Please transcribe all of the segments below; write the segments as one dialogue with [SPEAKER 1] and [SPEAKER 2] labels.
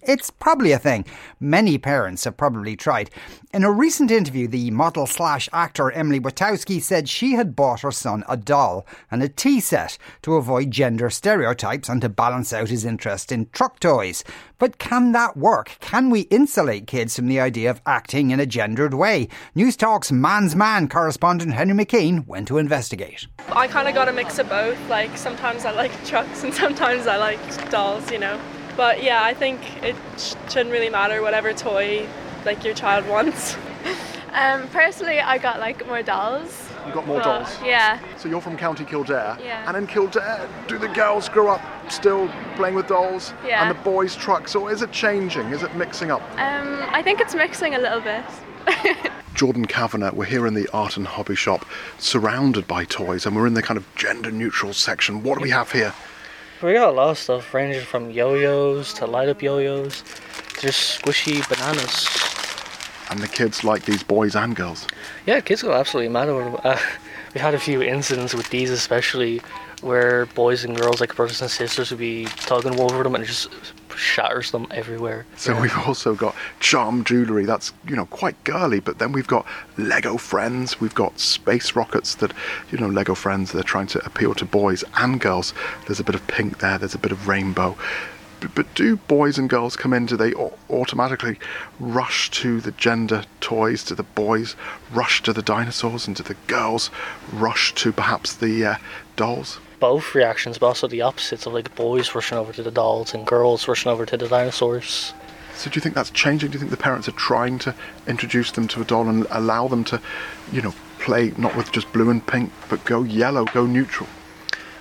[SPEAKER 1] It's probably a thing. Many parents have probably tried. In a recent interview, the model slash actor Emily Witowski said she had bought her son a doll and a tea set to avoid gender stereotypes and to balance out his interest in truck toys. But can that work? Can we insulate kids from the idea of acting in a gendered way? News Talk's Man's Man correspondent Henry McKean went to investigate.
[SPEAKER 2] I kind of got a mix of both. Like sometimes I like trucks and sometimes I like dolls, you know. But yeah, I think it sh- shouldn't really matter whatever toy like your child wants.
[SPEAKER 3] Um, personally, I got like more dolls.
[SPEAKER 4] You got more
[SPEAKER 3] But,
[SPEAKER 4] dolls.
[SPEAKER 2] Uh,
[SPEAKER 3] Yeah.
[SPEAKER 4] So you're from County Kildare.
[SPEAKER 3] Yeah.
[SPEAKER 4] And in Kildare, do the girls grow up still playing with dolls?
[SPEAKER 3] Yeah.
[SPEAKER 4] And the boys trucks, or is it changing? Is it mixing up?
[SPEAKER 3] Um, I think it's mixing a little bit.
[SPEAKER 4] Jordan Kavanagh, we're here in the art and hobby shop, surrounded by toys, and we're in the kind of gender neutral section. What do we have here?
[SPEAKER 5] We got a lot of stuff ranging from yo-yos to light up yo-yos, to just squishy bananas.
[SPEAKER 4] And the kids like these boys and girls.
[SPEAKER 5] Yeah, kids go absolutely mad over them. Uh, we had a few incidents with these, especially where boys and girls, like brothers and sisters, would be tugging over them and it just shatters them everywhere.
[SPEAKER 4] So we've also got charm jewellery, that's you know quite girly, but then we've got Lego friends, we've got space rockets that you know, Lego friends, they're trying to appeal to boys and girls. There's a bit of pink there, there's a bit of rainbow. But, but do boys and girls come in? Do they au- automatically rush to the gender toys? Do the boys rush to the dinosaurs, and do the girls rush to perhaps the uh, dolls?
[SPEAKER 5] Both reactions, but also the opposites of like boys rushing over to the dolls and girls rushing over to the dinosaurs.
[SPEAKER 4] So do you think that's changing? Do you think the parents are trying to introduce them to a doll and allow them to, you know, play not with just blue and pink, but go yellow, go neutral?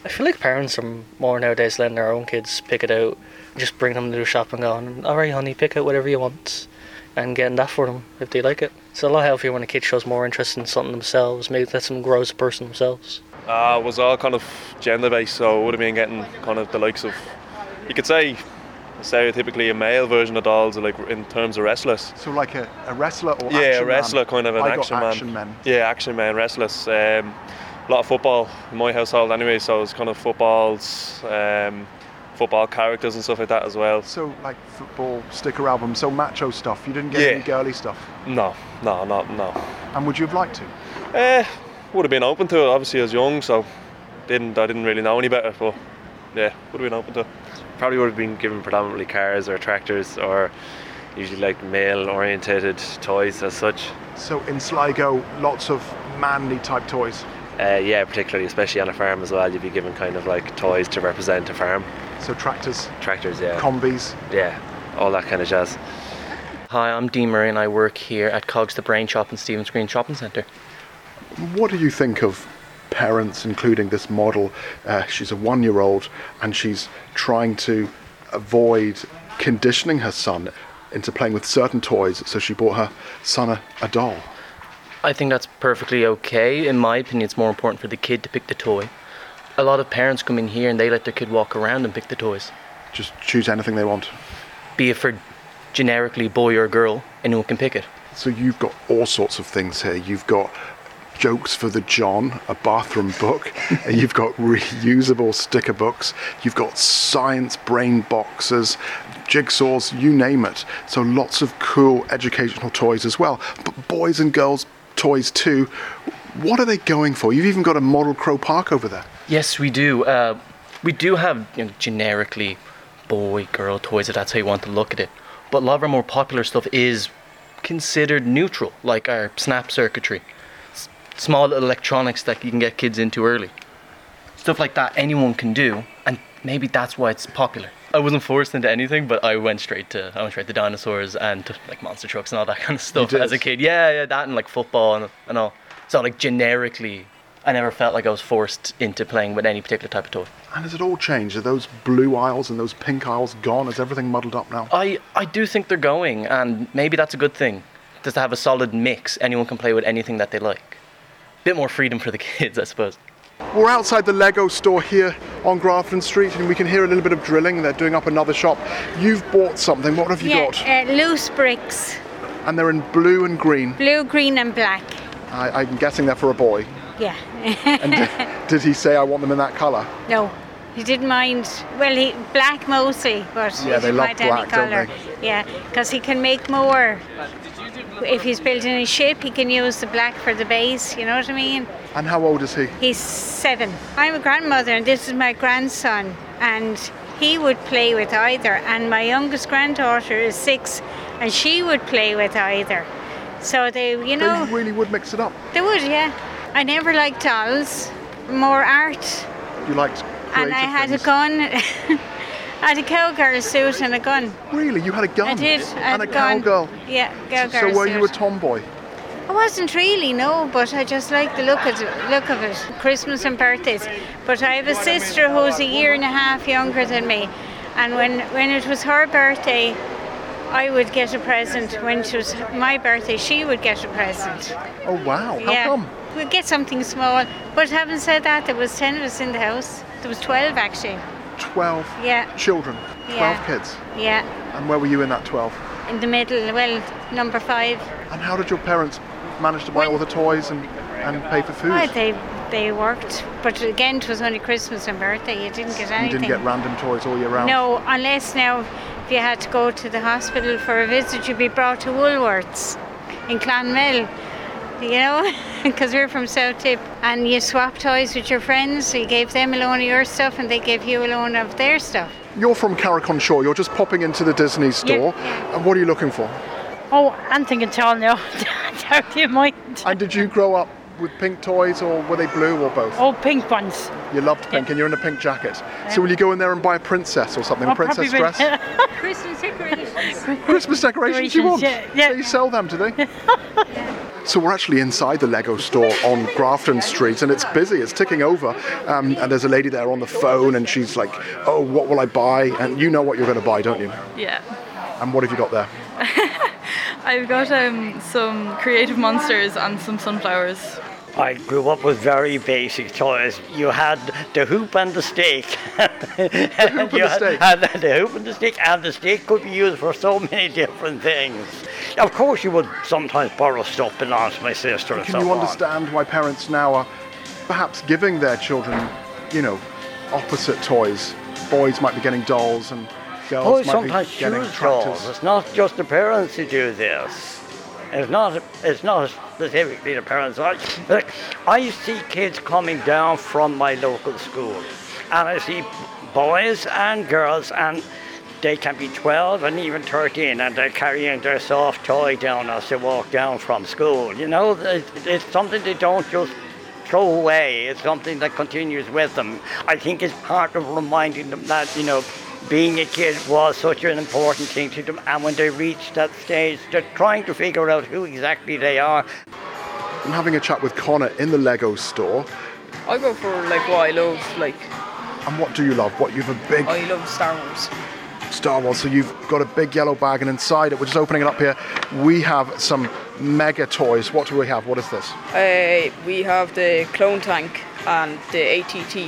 [SPEAKER 5] I feel like parents are more nowadays letting their own kids pick it out, just bring them to the shop and going, all right, honey, pick out whatever you want, and getting that for them if they like it. It's a lot healthier when a kid shows more interest in something themselves, maybe lets them grow as a person themselves.
[SPEAKER 6] uh, was all kind of gender based, so it would have been getting kind of the likes of, you could say, stereotypically a male version of dolls, like in terms of wrestlers.
[SPEAKER 4] So like a, a wrestler or
[SPEAKER 6] yeah,
[SPEAKER 4] action man?
[SPEAKER 6] wrestler kind of an
[SPEAKER 4] I got
[SPEAKER 6] action,
[SPEAKER 4] action
[SPEAKER 6] man.
[SPEAKER 4] men.
[SPEAKER 6] Yeah, action man, wrestlers. Um, a lot of football in my household anyway, so it's kind of footballs, um, football characters and stuff like that as well.
[SPEAKER 4] So like football sticker album, so macho stuff. You didn't get
[SPEAKER 6] Yeah.
[SPEAKER 4] any girly stuff.
[SPEAKER 6] No, no, no, no.
[SPEAKER 4] And would you have liked to?
[SPEAKER 6] Eh, would have been open to it. Obviously, I was young, so didn't I didn't really know any better. But yeah, would have been open to. it.
[SPEAKER 7] probably would have been given predominantly cars or tractors or usually like male orientated toys as such.
[SPEAKER 4] So in Sligo, lots of manly type toys.
[SPEAKER 7] Uh, yeah, particularly, especially on a farm as well, you'd be given kind of like toys to represent a farm.
[SPEAKER 4] So tractors,
[SPEAKER 7] Tractors, yeah.
[SPEAKER 4] combis.
[SPEAKER 7] yeah, all that kind of jazz.
[SPEAKER 5] Hi, I'm Dean Murray and I work here at Cogs the Brain Shop in Stevens Green Shopping Centre.
[SPEAKER 4] What do you think of parents, including this model? Uh, she's a one year old and she's trying to avoid conditioning her son into playing with certain toys, so she bought her son a, a doll.
[SPEAKER 5] I think that's perfectly okay. In my opinion, it's more important for the kid to pick the toy. A lot of parents come in here and they let their kid walk around and pick the toys.
[SPEAKER 4] Just choose anything they want.
[SPEAKER 5] Be it for generically boy or girl, anyone can pick it.
[SPEAKER 4] So you've got all sorts of things here. You've got jokes for the John, a bathroom book. and you've got reusable sticker books. You've got science brain boxes, jigsaws, you name it. So lots of cool educational toys as well. But boys and girls toys too. What are they going for? You've even got a model Crow Park over there.
[SPEAKER 5] Yes, we do. Uh, we do have you know, generically boy, girl toys if that's how you want to look at it. But a lot of our more popular stuff is considered neutral, like our snap circuitry, s- small little electronics that you can get kids into early. Stuff like that anyone can do, and maybe that's why it's popular. I wasn't forced into anything, but I went straight to I went straight to dinosaurs and to, like monster trucks and all that kind of stuff
[SPEAKER 4] did?
[SPEAKER 5] as a kid. Yeah, yeah, that and like football and, and all. So like generically, I never felt like I was forced into playing with any particular type of toy.
[SPEAKER 4] And has it all changed? Are those blue aisles and those pink aisles gone? Is everything muddled up now?
[SPEAKER 5] I, I do think they're going, and maybe that's a good thing. Just to have a solid mix, anyone can play with anything that they like. Bit more freedom for the kids, I suppose.
[SPEAKER 4] We're outside the Lego store here on Grafton Street, and we can hear a little bit of drilling. They're doing up another shop. You've bought something. What have you got?
[SPEAKER 8] Uh, loose bricks,
[SPEAKER 4] And they're in blue and green.
[SPEAKER 8] blue, green, and black.
[SPEAKER 4] I, I'm guessing they're for a boy.
[SPEAKER 9] Yeah.
[SPEAKER 4] And did, did he say, I want them in that colour?
[SPEAKER 9] no, he didn't mind. Well, he black mostly, but
[SPEAKER 4] Yeah, they
[SPEAKER 9] he didn't
[SPEAKER 4] love
[SPEAKER 9] mind
[SPEAKER 4] black,
[SPEAKER 9] any
[SPEAKER 4] don't
[SPEAKER 9] colour. Yeah, because he can make more. If he's building a ship, he can use the black for the base. You know what I mean?
[SPEAKER 4] And how old is he?
[SPEAKER 9] He's seven. I'm a grandmother, and this is my grandson, and he would play with either. And my youngest granddaughter is six, and she would play with either. So they, you know,
[SPEAKER 4] They really would mix it up.
[SPEAKER 9] they would, yeah. I never liked dolls, more art,
[SPEAKER 4] You liked
[SPEAKER 9] and
[SPEAKER 4] creative
[SPEAKER 9] I had
[SPEAKER 4] things.
[SPEAKER 9] a gun. I had a cowgirl suit and a gun.
[SPEAKER 4] Really? You had a gun?
[SPEAKER 9] I did. I had
[SPEAKER 4] and a
[SPEAKER 9] gun.
[SPEAKER 4] cowgirl.
[SPEAKER 9] Yeah,
[SPEAKER 4] So
[SPEAKER 9] cowgirl
[SPEAKER 4] were
[SPEAKER 9] suit.
[SPEAKER 4] you a tomboy?
[SPEAKER 9] I wasn't really, no, but I just like the look of look of it. Christmas and birthdays. But I have a sister who's a year and a half younger than me, and when when it was her birthday, I would get a present. When it was my birthday, she would get a present.
[SPEAKER 4] Oh wow! How come?
[SPEAKER 9] We'd get something small. But having said that, there was ten of us in the house. There was twelve actually.
[SPEAKER 4] Twelve
[SPEAKER 9] Yeah,
[SPEAKER 4] children, twelve
[SPEAKER 9] Yeah.
[SPEAKER 4] kids.
[SPEAKER 9] yeah.
[SPEAKER 4] And where were you in that twelve?
[SPEAKER 9] In the middle, well, number five.
[SPEAKER 4] And how did your parents manage to buy all the toys and, and pay for food?
[SPEAKER 9] Oh, they they worked, but again, it was only Christmas and birthday. You didn't get
[SPEAKER 4] you
[SPEAKER 9] anything.
[SPEAKER 4] didn't get random toys all year round.
[SPEAKER 9] No, unless now if you had to go to the hospital for a visit, you'd be brought to Woolworths in Clonmel, you know, because we're from South Tip. And you swap toys with your friends, so you gave them a loan of your stuff and they gave you a loan of their stuff.
[SPEAKER 4] You're from Carrick on Shore. You're just popping into the Disney store.
[SPEAKER 9] yeah.
[SPEAKER 4] And what are you looking for?
[SPEAKER 8] Oh, anything at all now. Don't you mind?
[SPEAKER 4] And did you grow up with pink toys, or were they blue, or both?
[SPEAKER 8] Oh, pink ones.
[SPEAKER 4] You loved pink, and you're in a pink jacket. So will you go in there and buy a princess or something, a
[SPEAKER 8] I'll probably
[SPEAKER 4] princess
[SPEAKER 8] win.
[SPEAKER 4] dress?
[SPEAKER 9] Christmas decorations.
[SPEAKER 4] Christmas decorations you want.
[SPEAKER 8] Decorations, yeah, yeah.
[SPEAKER 4] They sell them, do they? So we're actually inside the Lego store on Grafton Street, and it's busy. It's ticking over, um, and there's a lady there on the phone, and she's like, "Oh, what will I buy?" And you know what you're going to buy, don't you?
[SPEAKER 10] Yeah.
[SPEAKER 4] And what have you got there?
[SPEAKER 10] I've got um, some creative monsters and some sunflowers.
[SPEAKER 11] I grew up with very basic toys. You had the hoop and the stake. the hoop
[SPEAKER 4] and the stake.
[SPEAKER 11] the hoop and the stake, and the stake could be used for so many different things. Of course, you would sometimes borrow stuff and ask my sister and so
[SPEAKER 4] Can you
[SPEAKER 11] on.
[SPEAKER 4] understand why parents now are perhaps giving their children, you know, opposite toys? Boys might be getting dolls, and girls
[SPEAKER 11] Boys
[SPEAKER 4] might
[SPEAKER 11] sometimes
[SPEAKER 4] be getting
[SPEAKER 11] choose dolls.
[SPEAKER 4] tractors.
[SPEAKER 11] It's not just the parents who do this. It's not. It's not specifically the parents. I, look, I see kids coming down from my local school, and I see boys and girls, and they can be 12 and even 13, and they're carrying their soft toy down as they walk down from school. You know, it's, it's something they don't just throw away. It's something that continues with them. I think it's part of reminding them that, you know, being a kid was such an important thing to them. And when they reach that stage, they're trying to figure out who exactly they are.
[SPEAKER 4] I'm having a chat with Connor in the Lego store.
[SPEAKER 12] I go for like what I love. Like
[SPEAKER 4] And what do you love? What you've a
[SPEAKER 11] Oh,
[SPEAKER 4] big
[SPEAKER 12] I love Star Wars.
[SPEAKER 4] Star Wars. So you've got a big yellow bag, and inside it, we're just opening it up here. We have some mega toys. What do we have? What is this?
[SPEAKER 12] Uh, we have the clone tank and the ATT,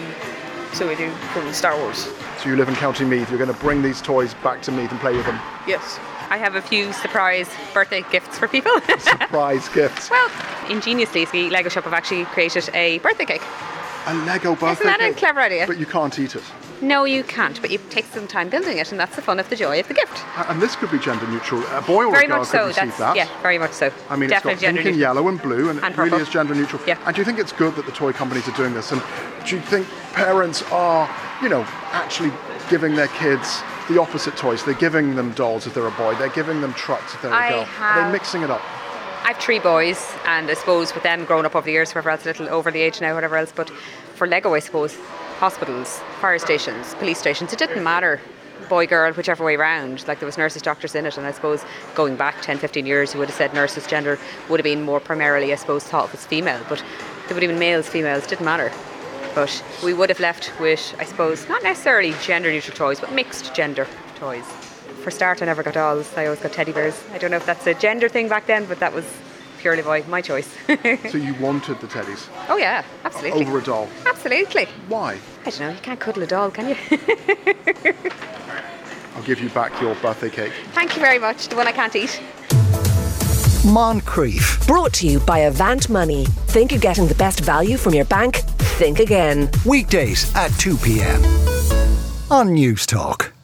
[SPEAKER 12] so we do from Star Wars.
[SPEAKER 4] So you live in County Meath. You're going to bring these toys back to Meath and play with them.
[SPEAKER 13] Yes. I have a few surprise birthday gifts for people.
[SPEAKER 4] Prize gifts.
[SPEAKER 13] well, ingeniously, the Lego Shop have actually created a birthday cake.
[SPEAKER 4] A Lego birthday.
[SPEAKER 13] Isn't that a
[SPEAKER 4] cake.
[SPEAKER 13] clever idea?
[SPEAKER 4] But you can't eat it.
[SPEAKER 13] No, you can't, but it takes some time building it, and that's the fun of the joy of the gift.
[SPEAKER 4] A- And this could be gender neutral. A boy or
[SPEAKER 13] very
[SPEAKER 4] a girl
[SPEAKER 13] much
[SPEAKER 4] could
[SPEAKER 13] so.
[SPEAKER 4] receive
[SPEAKER 13] That's
[SPEAKER 4] that.
[SPEAKER 13] yeah, very much so.
[SPEAKER 4] I mean, it's
[SPEAKER 13] Definitely
[SPEAKER 4] got pink
[SPEAKER 13] gender
[SPEAKER 4] and
[SPEAKER 13] neutral.
[SPEAKER 4] yellow and blue, and,
[SPEAKER 13] And
[SPEAKER 4] it really
[SPEAKER 13] purple.
[SPEAKER 4] is gender neutral. Yeah. And do you think it's good that the toy companies are doing this? And do you think parents are, you know, actually giving their kids the opposite toys? They're giving them dolls if they're a boy. They're giving them trucks if they're a
[SPEAKER 13] I
[SPEAKER 4] girl. Are they
[SPEAKER 13] have-
[SPEAKER 4] mixing it up?
[SPEAKER 13] I have three boys, and I suppose with them growing up over the years, whoever else, a little over the age now, whatever else. But for Lego, I suppose, hospitals, fire stations, police stations, it didn't matter. Boy, girl, whichever way round. Like there was nurses, doctors in it, and I suppose going back 10, 15 years, you would have said nurses' gender would have been more primarily, I suppose, thought of as female. But there would have been males, females, didn't matter. But we would have left with, I suppose, not necessarily gender neutral toys, but mixed gender toys. For start, I never got dolls. I always got teddy bears. I don't know if that's a gender thing back then, but that was purely by my choice.
[SPEAKER 4] so you wanted the teddies
[SPEAKER 13] oh yeah, absolutely.
[SPEAKER 4] over a doll.
[SPEAKER 13] Absolutely.
[SPEAKER 4] Why?
[SPEAKER 13] I don't know. You can't cuddle a doll, can you?
[SPEAKER 4] I'll give you back your birthday cake.
[SPEAKER 13] Thank you very much. The one I can't eat.
[SPEAKER 14] Moncrief. Brought to you by Avant Money. Think you're getting the best value from your bank? Think again.
[SPEAKER 1] Weekdays at 2 p.m. on News Talk.